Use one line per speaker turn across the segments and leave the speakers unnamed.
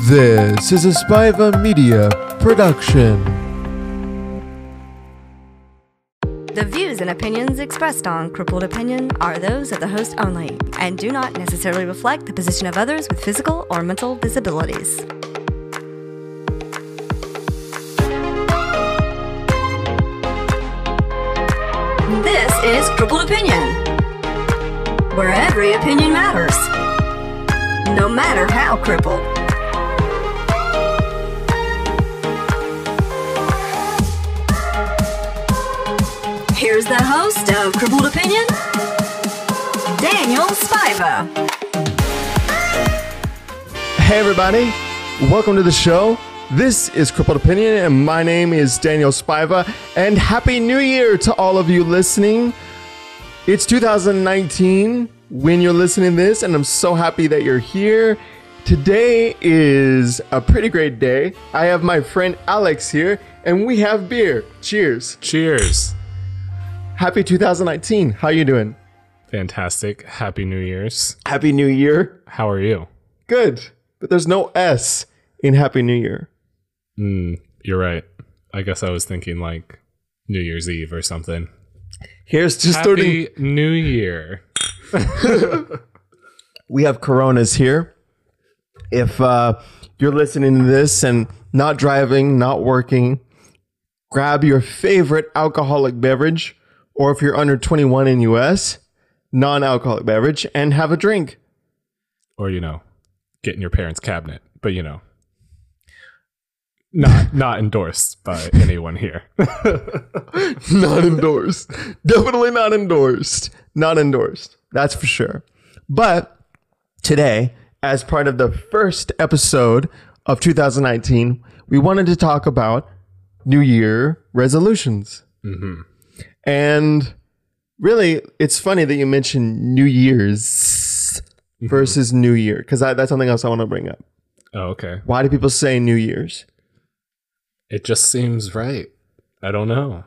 This is a Spiva Media production.
The views and opinions expressed on Crippled Opinion are those of the host only and do not necessarily reflect the position of others with physical or mental disabilities. This is Crippled Opinion, where every opinion matters, no matter how crippled. Here's the host of Crippled Opinion, Daniel Spiva.
Hey, everybody. Welcome to the show. This is Crippled Opinion, and my name is Daniel Spiva. And Happy New Year to all of you listening. It's 2019 when you're listening to this, and I'm so happy that you're here. Today is a pretty great day. I have my friend Alex here, and we have beer. Cheers.
Cheers.
Happy 2019. How you doing?
Fantastic. Happy New Year's.
Happy New Year.
How are you?
Good. But there's no S in Happy New Year.
Mm, you're right. I guess I was thinking like New Year's Eve or something.
Here's just
Happy New Year.
We have Coronas here. If uh, you're listening to this and not driving, not working, grab your favorite alcoholic beverage, or if you're under 21 in US, non-alcoholic beverage, and have a drink.
Or, you know, get in your parents' cabinet. But, you know, not not endorsed by anyone here.
not endorsed. Definitely not endorsed. Not endorsed. That's for sure. But today, as part of the first episode of 2019, we wanted to talk about New Year resolutions.
Mm-hmm.
And really, it's funny that you mentioned New Year's
Mm-hmm.
versus New Year because that's something else I want to bring up.
Oh, okay.
Why do people say New Year's?
It just seems right. I don't know.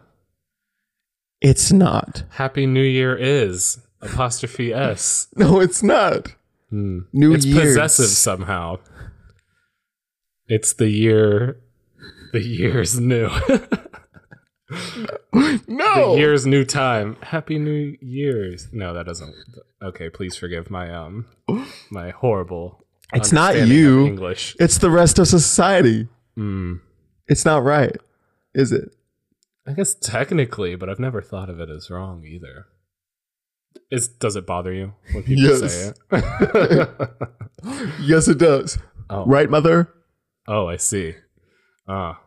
It's not.
Happy New Year is apostrophe S.
No, it's not.
Hmm.
New
it's
Year's.
possessive somehow. It's the year. The year's new.
No.
the year's new time. Happy New Year's. No, that doesn't. Okay, please forgive my um my horrible.
It's not
understanding of
you.
English.
It's the rest of society.
Mm.
It's not right, is it?
I guess technically, but I've never thought of it as wrong either. Is does it bother you when people say
Yes.
it?
Yes, it does.
Oh.
Right, mother?
Oh, I see. Ah.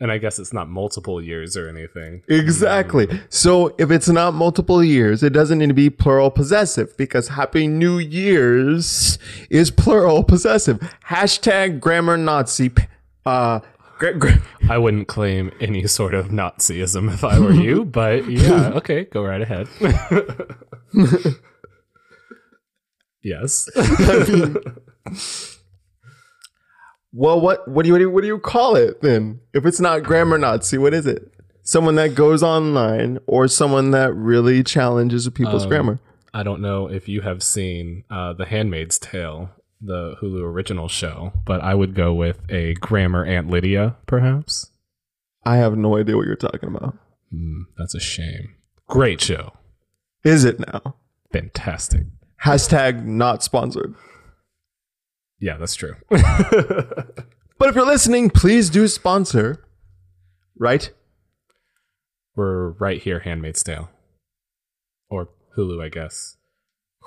and I guess it's not multiple years or anything.
Exactly. So if it's not multiple years, it doesn't need to be plural possessive because Happy New Year's is plural possessive. Hashtag grammar Nazi. p- Uh, gra- gra-
I wouldn't claim any sort of Nazism if I were you, but yeah, okay, go right ahead. yes.
well, what what do you what do you, what do you call it then? If it's not grammar Nazi, what is it? Someone that goes online or someone that really challenges people's grammar.
I don't know if you have seen uh, The Handmaid's Tale, the Hulu original show, but I would go with a grammar Aunt Lydia, perhaps.
I have no idea what you're talking about.
Hmm, that's a shame. Great show.
Is it now?
Fantastic.
Hashtag not sponsored.
Yeah, that's true.
But if you're listening, please do sponsor. Right?
We're right here, Handmaid's Tale. Or Hulu, I guess.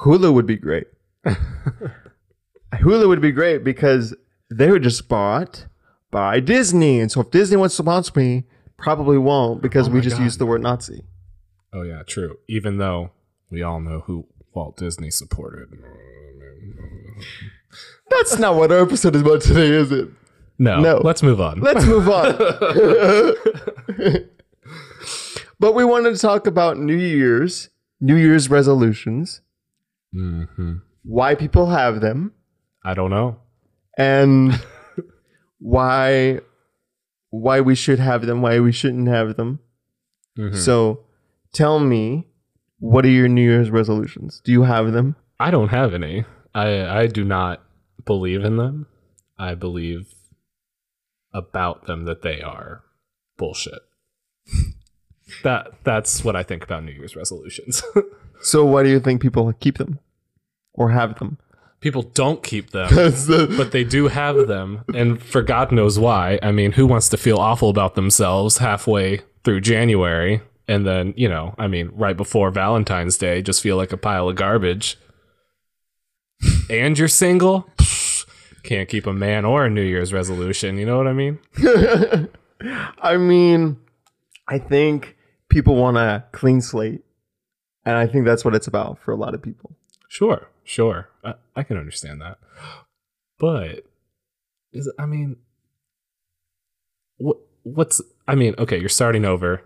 Hulu would be great. Hulu would be great because they were just bought by Disney. And so if Disney wants to sponsor me, probably won't because
Oh
we
my
just
God.
used the word Nazi.
Oh yeah, true. Even though we all know who Walt Disney supported.
That's not what our episode is about today, is it?
No,
No.
Let's move on.
Let's move on. but we wanted to talk about New Year's, New Year's resolutions, Mm-hmm.
Mhm.
why people have them,
I don't know.
and why why we should have them, why we shouldn't have them.
Mhm.
So tell me, what are your New Year's resolutions? Do you have them?
I don't have any. I I do not believe in them. I believe about them that they are bullshit. that that's what I think about New Year's resolutions.
So why do you think people keep them or have them?
People don't keep them,
That's the,
but they do have them, and for God knows why. I mean, who wants to feel awful about themselves halfway through January and then, you know, I mean, right before Valentine's Day, just feel like a pile of garbage. and you're single? Pfft, Can't keep a man or a New Year's resolution, you know what I mean?
I mean, I think people want a clean slate, and I think that's what it's about for a lot of people.
Sure, sure. I, I can understand that. But is I mean what what's I mean, okay, you're starting over.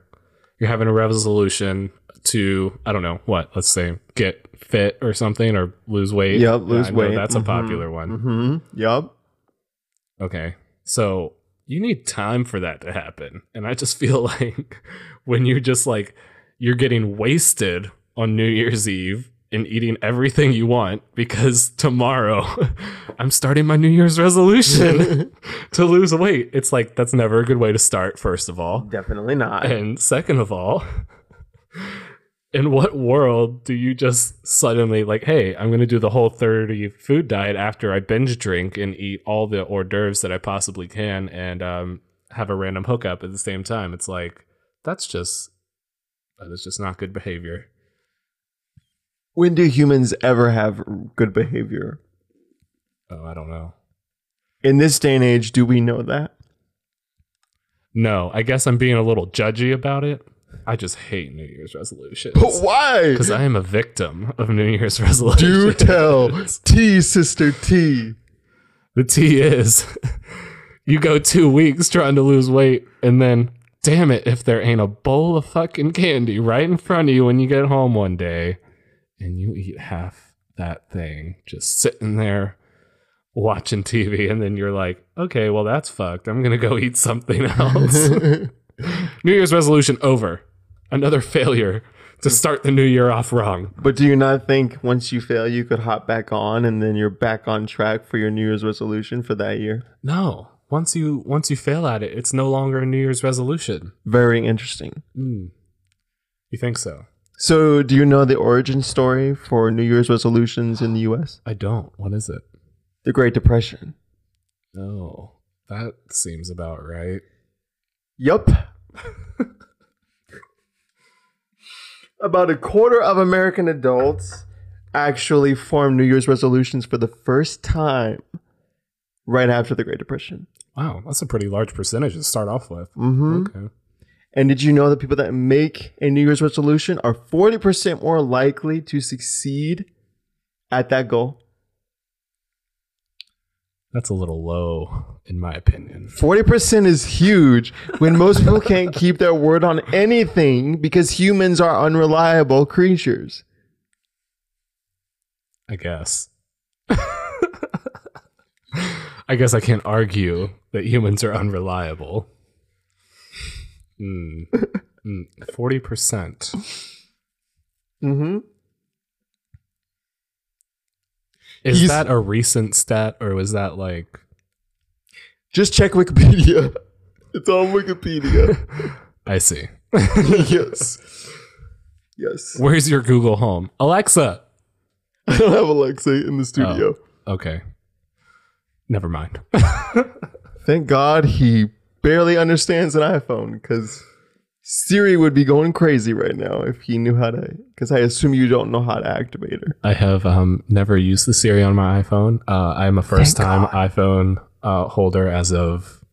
You're having a resolution to I don't know, what, let's say get fit or something or lose weight.
Yep,
Yeah,
lose
I know
weight.
That's a
Mhm,
popular one.
Mm-hmm. Yep.
Okay. So you need time for that to happen. And I just feel like when you're just like, you're getting wasted on New Year's Eve and eating everything you want because tomorrow I'm starting my New Year's resolution to lose weight. It's like, that's never a good way to start, first of all.
Definitely not.
And second of all, in what world do you just suddenly like, hey, I'm going to do the whole 30 food diet after I binge drink and eat all the hors d'oeuvres that I possibly can and um, have a random hookup at the same time? It's like, that's just, that is just not good behavior.
When do humans ever have good behavior?
Oh, I don't know.
In this day and age, do we know that?
No, I guess I'm being a little judgy about it. I just hate New Year's resolutions.
But why?
Because I am a victim of New Year's resolutions.
Do tell. T, sister T.
The T is you go two weeks trying to lose weight, and then damn it, if there ain't a bowl of fucking candy right in front of you when you get home one day, and you eat half that thing, just sitting there watching TV, and then you're like, okay, well, that's fucked. I'm going to go eat something else. new Year's resolution over. Another failure to start the new year off wrong.
But do you not think once you fail, you could hop back on and then you're back on track for your New Year's resolution for that year?
No. Once you once you fail at it, it's no longer a New Year's resolution.
Very interesting.
Mm. You think so?
So, do you know the origin story for New Year's resolutions in the US?
I don't. What is it?
The Great Depression.
No, Oh, that seems about right.
Yup. About a quarter of American adults actually formed New Year's resolutions for the first time right after the Great Depression.
Wow, that's a pretty large percentage to start off with.
hmm
Okay.
And did you know that people that make a New Year's resolution are 40% more likely to succeed at that goal?
That's a little low, in my opinion.
40% is huge when most people can't keep their word on anything because humans are unreliable creatures.
I guess. I guess I can't argue that humans are unreliable. Mm. Mm. 40%.
Mm-hmm.
Is
He's-
that a recent stat or was that like
Just check Wikipedia. It's on Wikipedia.
I see.
yes. Yes.
Where's your Google home? Alexa.
I don't have Alexa in the studio.
Oh. Okay. Never mind.
Thank God he barely understands an iPhone because Siri would be going crazy right now if he knew how to. Because I assume you don't know how to activate her.
I have um, never used the Siri on my iPhone. Uh, I am a first time iPhone uh, holder as of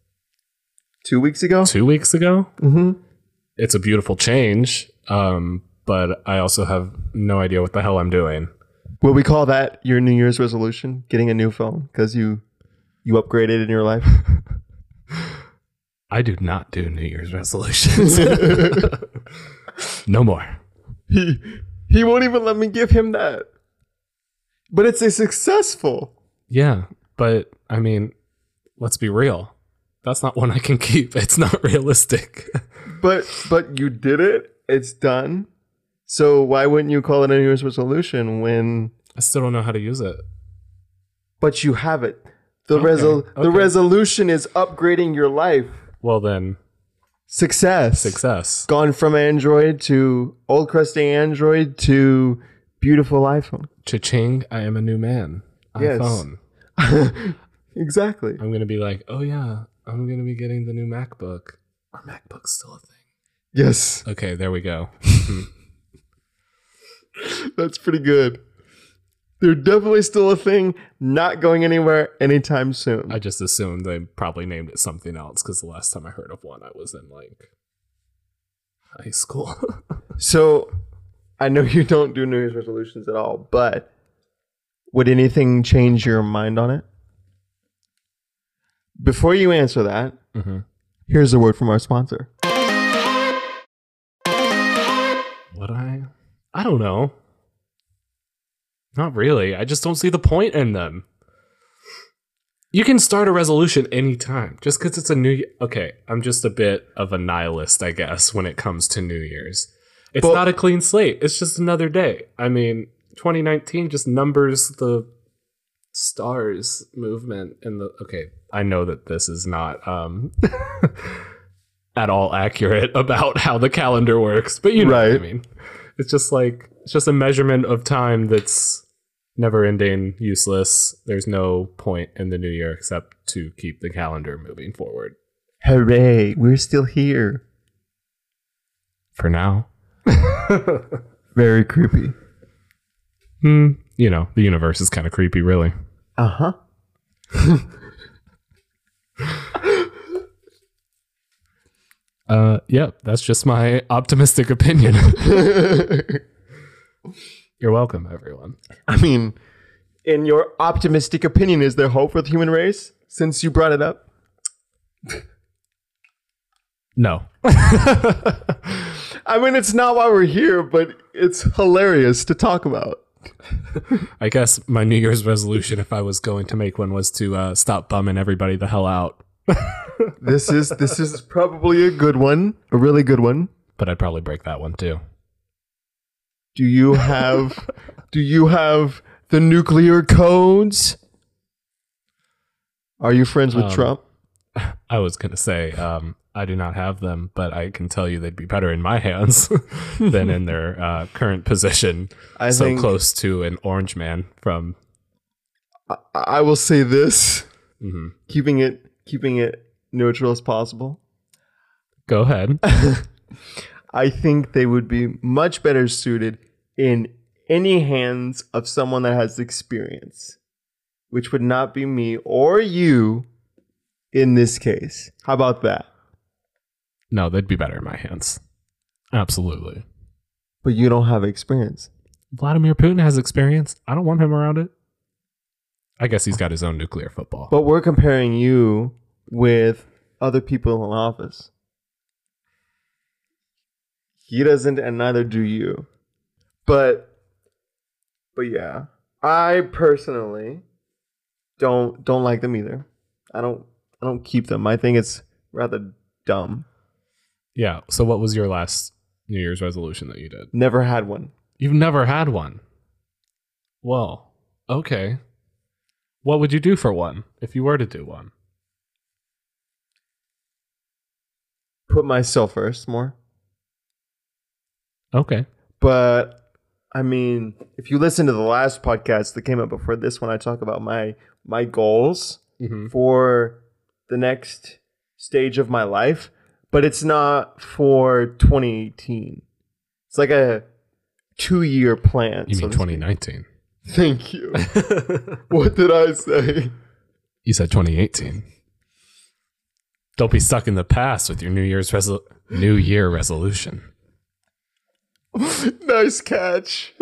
Two weeks ago?
two weeks ago.
Mm-hmm.
It's a beautiful change, um, but I also have no idea what the hell I'm doing.
Will we call that your New Year's resolution? Getting a new phone because you you upgraded in your life.
I do not do New Year's resolutions. no more.
he he won't even let me give him that. But it's a successful.
Yeah, but I mean, let's be real. That's not one I can keep. It's not realistic.
But but you did it. It's done. So why wouldn't you call it a New Year's resolution when?
I still don't know how to use it.
But you have it. The resol-
Okay,
the
okay.
resolution is upgrading your life.
Well, then,
Success.
success.
Gone from Android to old crusty Android to beautiful iPhone.
Cha-ching, I am a new man.
Yes.
iPhone.
Exactly.
I'm going to be like, oh, yeah, I'm going to be getting the new MacBook. Are MacBooks still a thing?
Yes,
Okay, there we go.
that's pretty good. They're definitely still a thing, not going anywhere anytime soon.
I just assumed they probably named it something else because the last time I heard of one, I was in like high school.
So I know you don't do New Year's resolutions at all, but would anything change your mind on it? Before you answer that,
Mhm.
here's a word from our sponsor.
Would I? I don't know. Not really. I just don't see the point in them. You can start a resolution anytime just because it's a new year. Okay, I'm just a bit of a nihilist, I guess, when it comes to New Year's. It's
But-
not a clean slate, it's just another day. I mean, 2019 just numbers the stars movement and the. Okay, I know that this is not um, at all accurate about how the calendar works, but you know what I
Right.
mean. It's just like it's just a measurement of time that's never ending, useless. There's no point in the new year except to keep the calendar moving forward.
Hooray, we're still here.
For now.
Very creepy.
Hmm. You know, the universe is kind of creepy, really.
Uh huh.
Uh yeah, that's just my optimistic opinion. You're welcome, everyone.
I mean, in your optimistic opinion, is there hope for the human race since you brought it up?
No.
I mean, it's not why we're here, but it's hilarious to talk about.
I guess my New Year's resolution, if I was going to make one, was to uh, stop bumming everybody the hell out.
This is this is probably a good one, a really good one.
But I'd probably break that one too.
Do you have do you have the nuclear codes? Are you friends with
Um,
Trump?
I was gonna say um, I do not have them, but I can tell you they'd be better in my hands than in their uh, current position.
I
so
think
close to an orange man from.
I, I will say this,
Mhm.
keeping it keeping it neutral as possible.
Go ahead.
I think they would be much better suited in any hands of someone that has experience, which would not be me or you in this case. How about that?
no, they'd be better in my hands. Absolutely.
But you don't have experience.
Vladimir Putin has experience. I don't want him around it. I guess he's got his own nuclear football.
But we're comparing you with other people in office. He doesn't, and neither do you. But, but yeah, I personally don't don't like them either. I don't I don't keep them. I think it's rather dumb.
yeah. So, what was your last New Year's resolution that you did?
Never had one.
You've never had one. Well, okay. What would you do for one if you were to do one?
Put myself first more.
Okay.
but I mean, if you listen to the last podcast that came out before this one, I talk about my my goals
Mhm.
for the next stage of my life, but it's not for 2018. It's like a two year plan.
You
so
mean
to speak.
2019?
Thank you. what did I say?
You said 2018. Don't be stuck in the past with your New Year's resol- New Year resolution.
nice catch.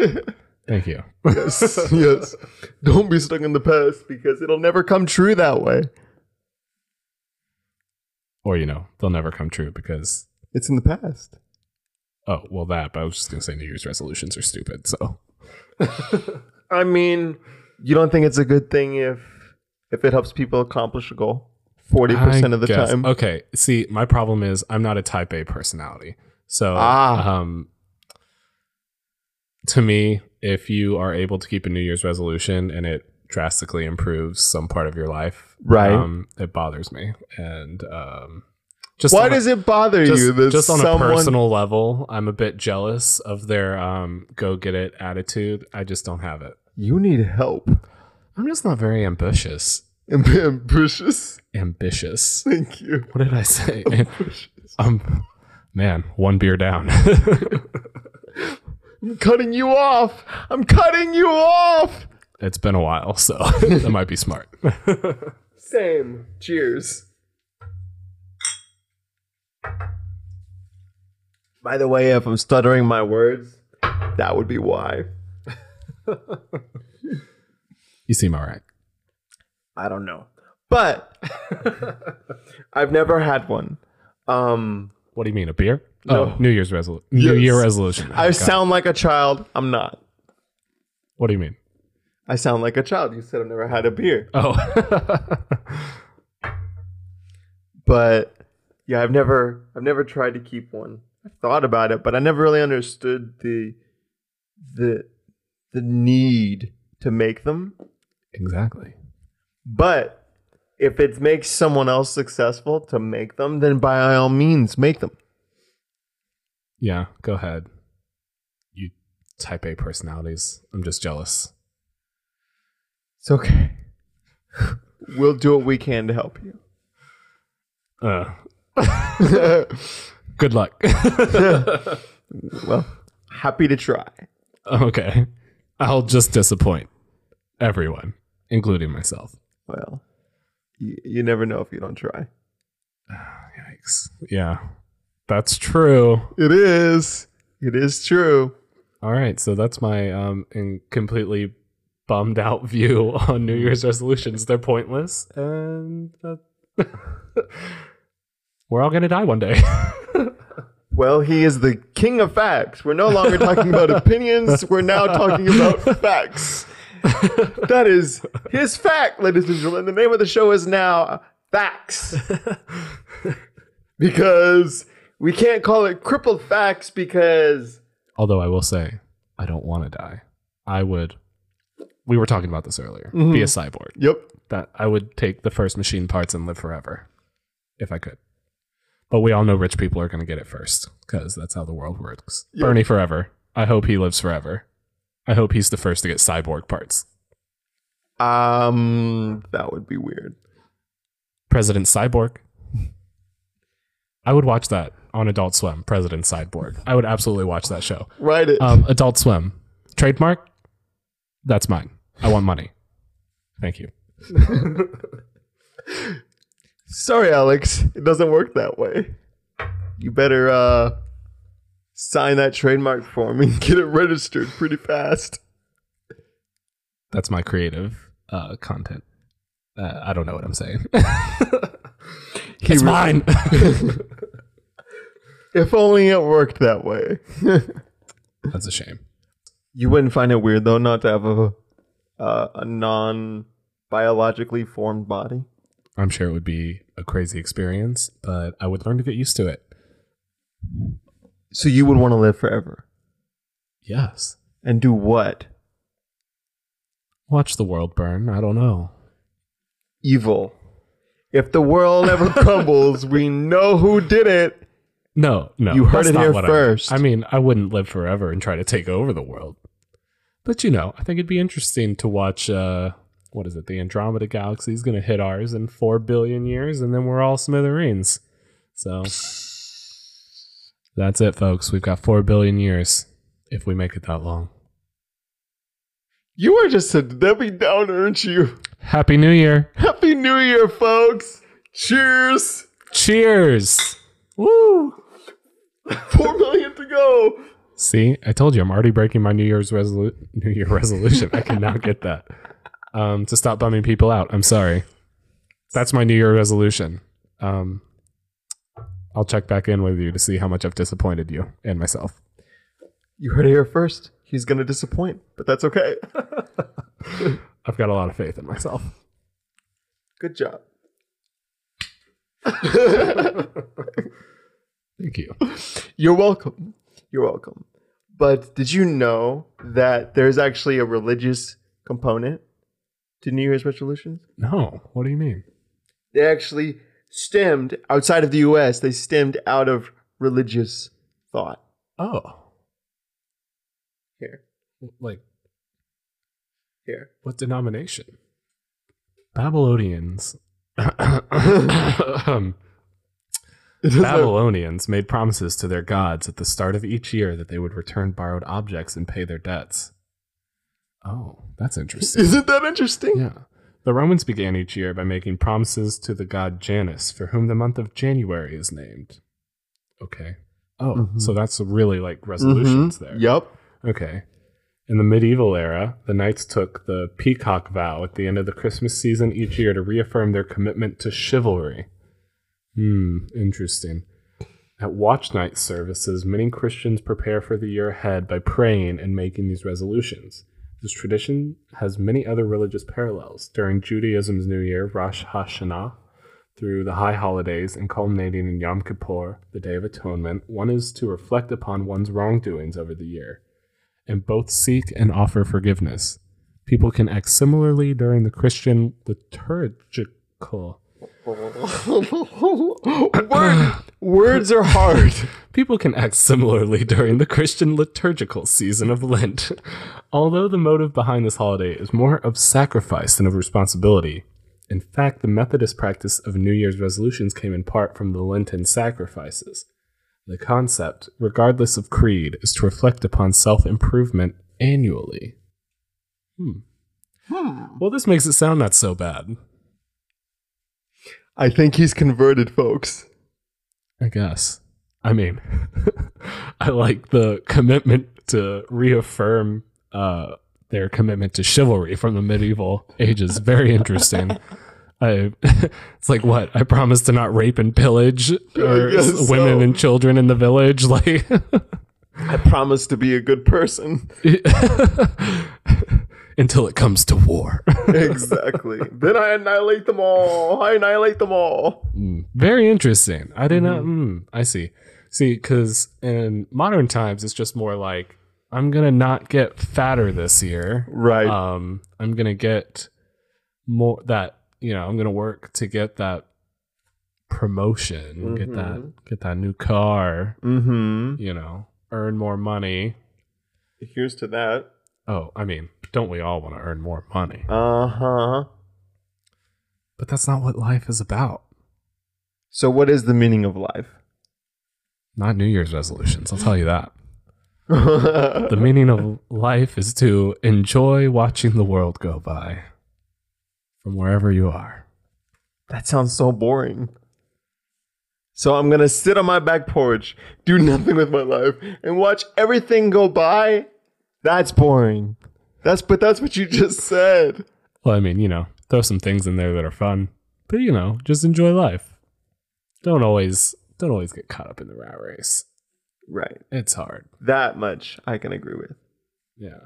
Thank you.
yes, yes. Don't be stuck in the past because it'll never come true that way.
Or you know, they'll never come true because
It's in the past.
oh well that. But I was just gonna say New Year's resolutions are stupid. So
I mean, you don't think it's a good thing if if it helps people accomplish a goal forty percent of the
I guess-
time.
Okay. See, my problem is I'm not a Type A personality. So
Ah.
um, to me, if you are able to keep a New Year's resolution and it drastically improves some part of your life,
Right.
um, it bothers me. And um, just
Why
on a-
does it bother
just,
you that
just on
someone,
a personal level, I'm a bit jealous of their um, go get it attitude. I just don't have it.
You need help.
I'm just not very ambitious.
Am- Ambitious.
Ambitious.
Thank you.
What did I say? um, man, one beer down.
I'm cutting you off. I'm cutting you off.
it's been a while, so that might be smart.
Same. Cheers. By the way, if I'm stuttering my words, that would be why.
You seem all right.
I don't know. But I've never had one. Um,
What do you mean, a beer?
No.
Oh, New Year's resolution. New
Yes.
Year resolution. Oh,
I
God.
sound like a child. I'm not.
What do you mean?
I sound like a child. You said I've never had a beer.
Oh,
But yeah, I've never I've never tried to keep one. I thought about it, but I never really understood the the the need to make them.
exactly.
But if it makes someone else successful to make them, then by all means make them.
Yeah, go ahead. You type A personalities. I'm just jealous.
It's okay. we'll do what we can to help you.
Uh, good luck.
Well, happy to try.
okay. I'll just disappoint everyone, including myself.
Well, you, you never know if you don't try.
Yikes. Yeah, that's true.
It is. It is true.
All right. So that's my um, in- completely bummed out view on New Year's resolutions. They're pointless. And that- we're all going to die one day.
Well, he is the king of facts. We're no longer talking about opinions. We're now talking about facts. That is his fact, ladies and gentlemen. The name of the show is now Facts. because we can't call it crippled facts because
Although I will say, I don't want to die. I would. We were talking about this earlier. Be a cyborg.
Yep.
that I would take the first machine parts and live forever if I could. But we all know rich people are going to get it first because that's how the world works.
Yeah.
Bernie forever. I hope he lives forever. I hope he's the first to get cyborg parts.
Um that would be weird.
President Cyborg. I would watch that on Adult Swim, President Cyborg. I would absolutely watch that show.
Write it.
Um, Adult Swim, trademark? That's mine. I want money. Thank you.
Sorry, Alex. It doesn't work that way. You better uh sign that trademark form and get it registered pretty fast.
That's my creative uh, content. Uh, I don't know what I'm saying.
He
it's
re-
mine.
If only it worked that way.
That's a shame.
You wouldn't find it weird though not to have a uh, a non biologically formed body.
I'm sure it would be a crazy experience, but I would learn to get used to it.
So you would want to live forever
Yes.
and do what?
Watch the world burn. I don't know.
Evil. If the world ever crumbles, we know who did it.
No, no.
You heard
that's
it
not
here
what I-
first.
I, mean, I wouldn't live forever and try to take over the world. But you know, I think it'd be interesting to watch uh what is it? The Andromeda galaxy is going to hit ours in 4 billion years and then we're all smithereens. So That's it, folks. We've got 4 billion years if we make it that long.
You are just a Debbie Downer, aren't you?
Happy New Year.
Happy New Year, folks! Cheers!
Cheers. Woo!
Four million to go.
See, I told you I'm already breaking my New Year's resolu- New Year resolution. I cannot get that. Um, to stop bumming people out. I'm sorry. That's my New Year resolution. Um, I'll check back in with you to see how much I've disappointed you and myself.
You heard it here first. He's gonna disappoint, but that's okay.
I've got a lot of faith in myself.
Good job.
Thank you.
You're welcome. You're welcome. But did you know that there's actually a religious component to New Year's resolutions?
No. What do you mean?
They actually stemmed outside of the US, they stemmed out of religious thought.
Oh,
Here,
like
here.
what denomination? Babylonians. Um, Babylonians made promises to their gods at the start of each year that they would return borrowed objects and pay their debts. Oh, that's interesting.
Isn't that interesting?
Yeah. The Romans began each year by making promises to the god Janus, for whom the month of January is named. Okay. Oh,
Mhm.
so that's really like resolutions there.
Mm-hmm. Yep.
Okay. In the medieval era, the knights took the peacock vow at the end of the Christmas season each year to reaffirm their commitment to chivalry. Hmm, interesting. At watch night services, many Christians prepare for the year ahead by praying and making these resolutions. This tradition has many other religious parallels. During Judaism's New Year, Rosh Hashanah, through the high holidays and culminating in Yom Kippur, the Day of Atonement, one is to reflect upon one's wrongdoings over the year and both seek and offer forgiveness. People can act similarly during the Christian liturgical.
Word, words are hard.
People can act similarly during the Christian liturgical season of Lent. Although the motive behind this holiday is more of sacrifice than of responsibility. In fact, the Methodist practice of New Year's resolutions came in part from the Lenten sacrifices. The concept, regardless of creed, is to reflect upon self improvement annually. Hmm. Well, this makes it sound not so bad,
I think he's converted, folks.
I guess. I mean, I like the commitment to reaffirm uh, their commitment to chivalry from the medieval ages. Very interesting. I, it's like what I promised to not rape and pillage or
guess
s- women
so.
and children in the village. Like,
I promise to be a good person.
until it comes to war.
exactly. Then I annihilate them all. I annihilate them all.
Mm. Very interesting. I did not. Mm, I see. See, because in modern times, it's just more like I'm gonna not get fatter this year.
Right.
Um, I'm gonna get more that you know. I'm gonna work to get that promotion, get that get that new car.
mm-hmm.
You know, earn more money.
Here's to that.
Oh, I mean, don't we all want to earn more money?
Uh huh.
But that's not what life is about.
So, what is the meaning of life?
Not New Year's resolutions. I'll tell you that. The
the
meaning of life is to enjoy watching the world go by from wherever you are.
That sounds so boring. So I'm gonna sit on my back porch, do nothing with my life, and watch everything go by. That's boring. That's but that's what you just said.
Well, I mean, you know, throw some things in there that are fun, but you know, just enjoy life. Don't always don't always get caught up in the rat race.
Right.
It's hard.
That much I can agree with.
Yeah.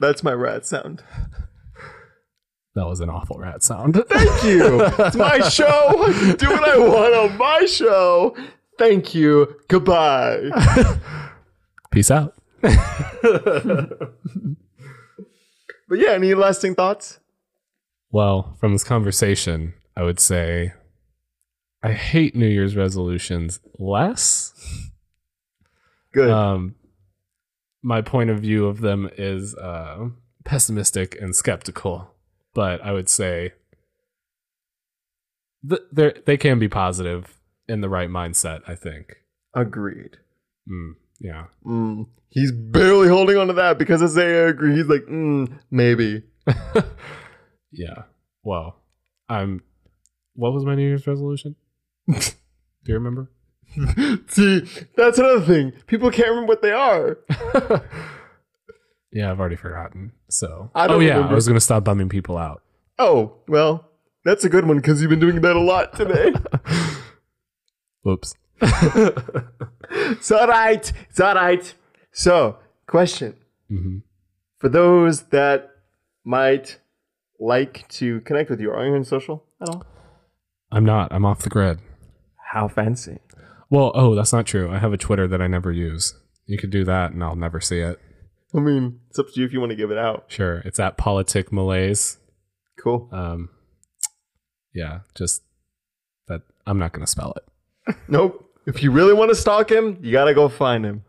That's my rat sound.
That was an awful rat sound.
Thank you. It's my show. I can do what I want on my show. Thank you. Goodbye.
Peace out.
But yeah, any lasting thoughts?
Well, from this conversation, I would say I hate New Year's resolutions less
Good.
um, my point of view of them is uh, pessimistic and skeptical, but I would say th- they're- they can be positive in the right mindset. I think.
Agreed.
Mm, yeah.
Mm. He's barely holding on to that because as they agree, he's like, mm, maybe.
Yeah. Well, I'm. What was my New Year's resolution? Do you remember?
See, that's another thing. People can't remember what they are.
Yeah, I've already forgotten. So.
I don't
oh yeah, I
remember.
was gonna stop bumming people out.
Oh, well, that's a good one because you've been doing that a lot today.
Whoops.
it's all right. It's all right. So, question
hmm
for those that might like to connect with you, are you on social at all?
I'm not. I'm off the grid.
How fancy.
Well, oh, that's not true. I have a Twitter that I never use. You could do that and I'll never see it.
I mean, it's up to you if you want to give it out.
Sure, it's at Politic Malaise.
Cool.
Um, yeah, just that. I'm not gonna spell it.
Nope. If you really want to stalk him, you gotta go find him.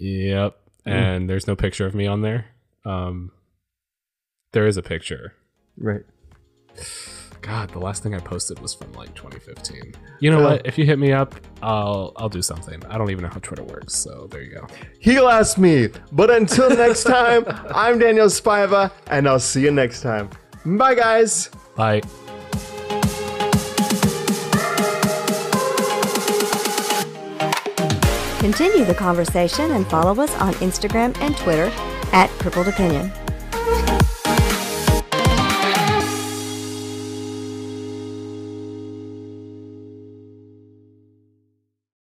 Yep. And there's no picture of me on there. Um, there is a picture.
Right.
God, the last thing I posted was from like 2015. You know what? If you hit me up, I'll I'll do something. I don't even know how Twitter works, so there you go.
He'll ask me. But until next time, I'm Daniel Spiva, and I'll see you next time. Bye, guys.
Bye.
Continue the conversation and follow us on Instagram and Twitter at Crippled Opinion.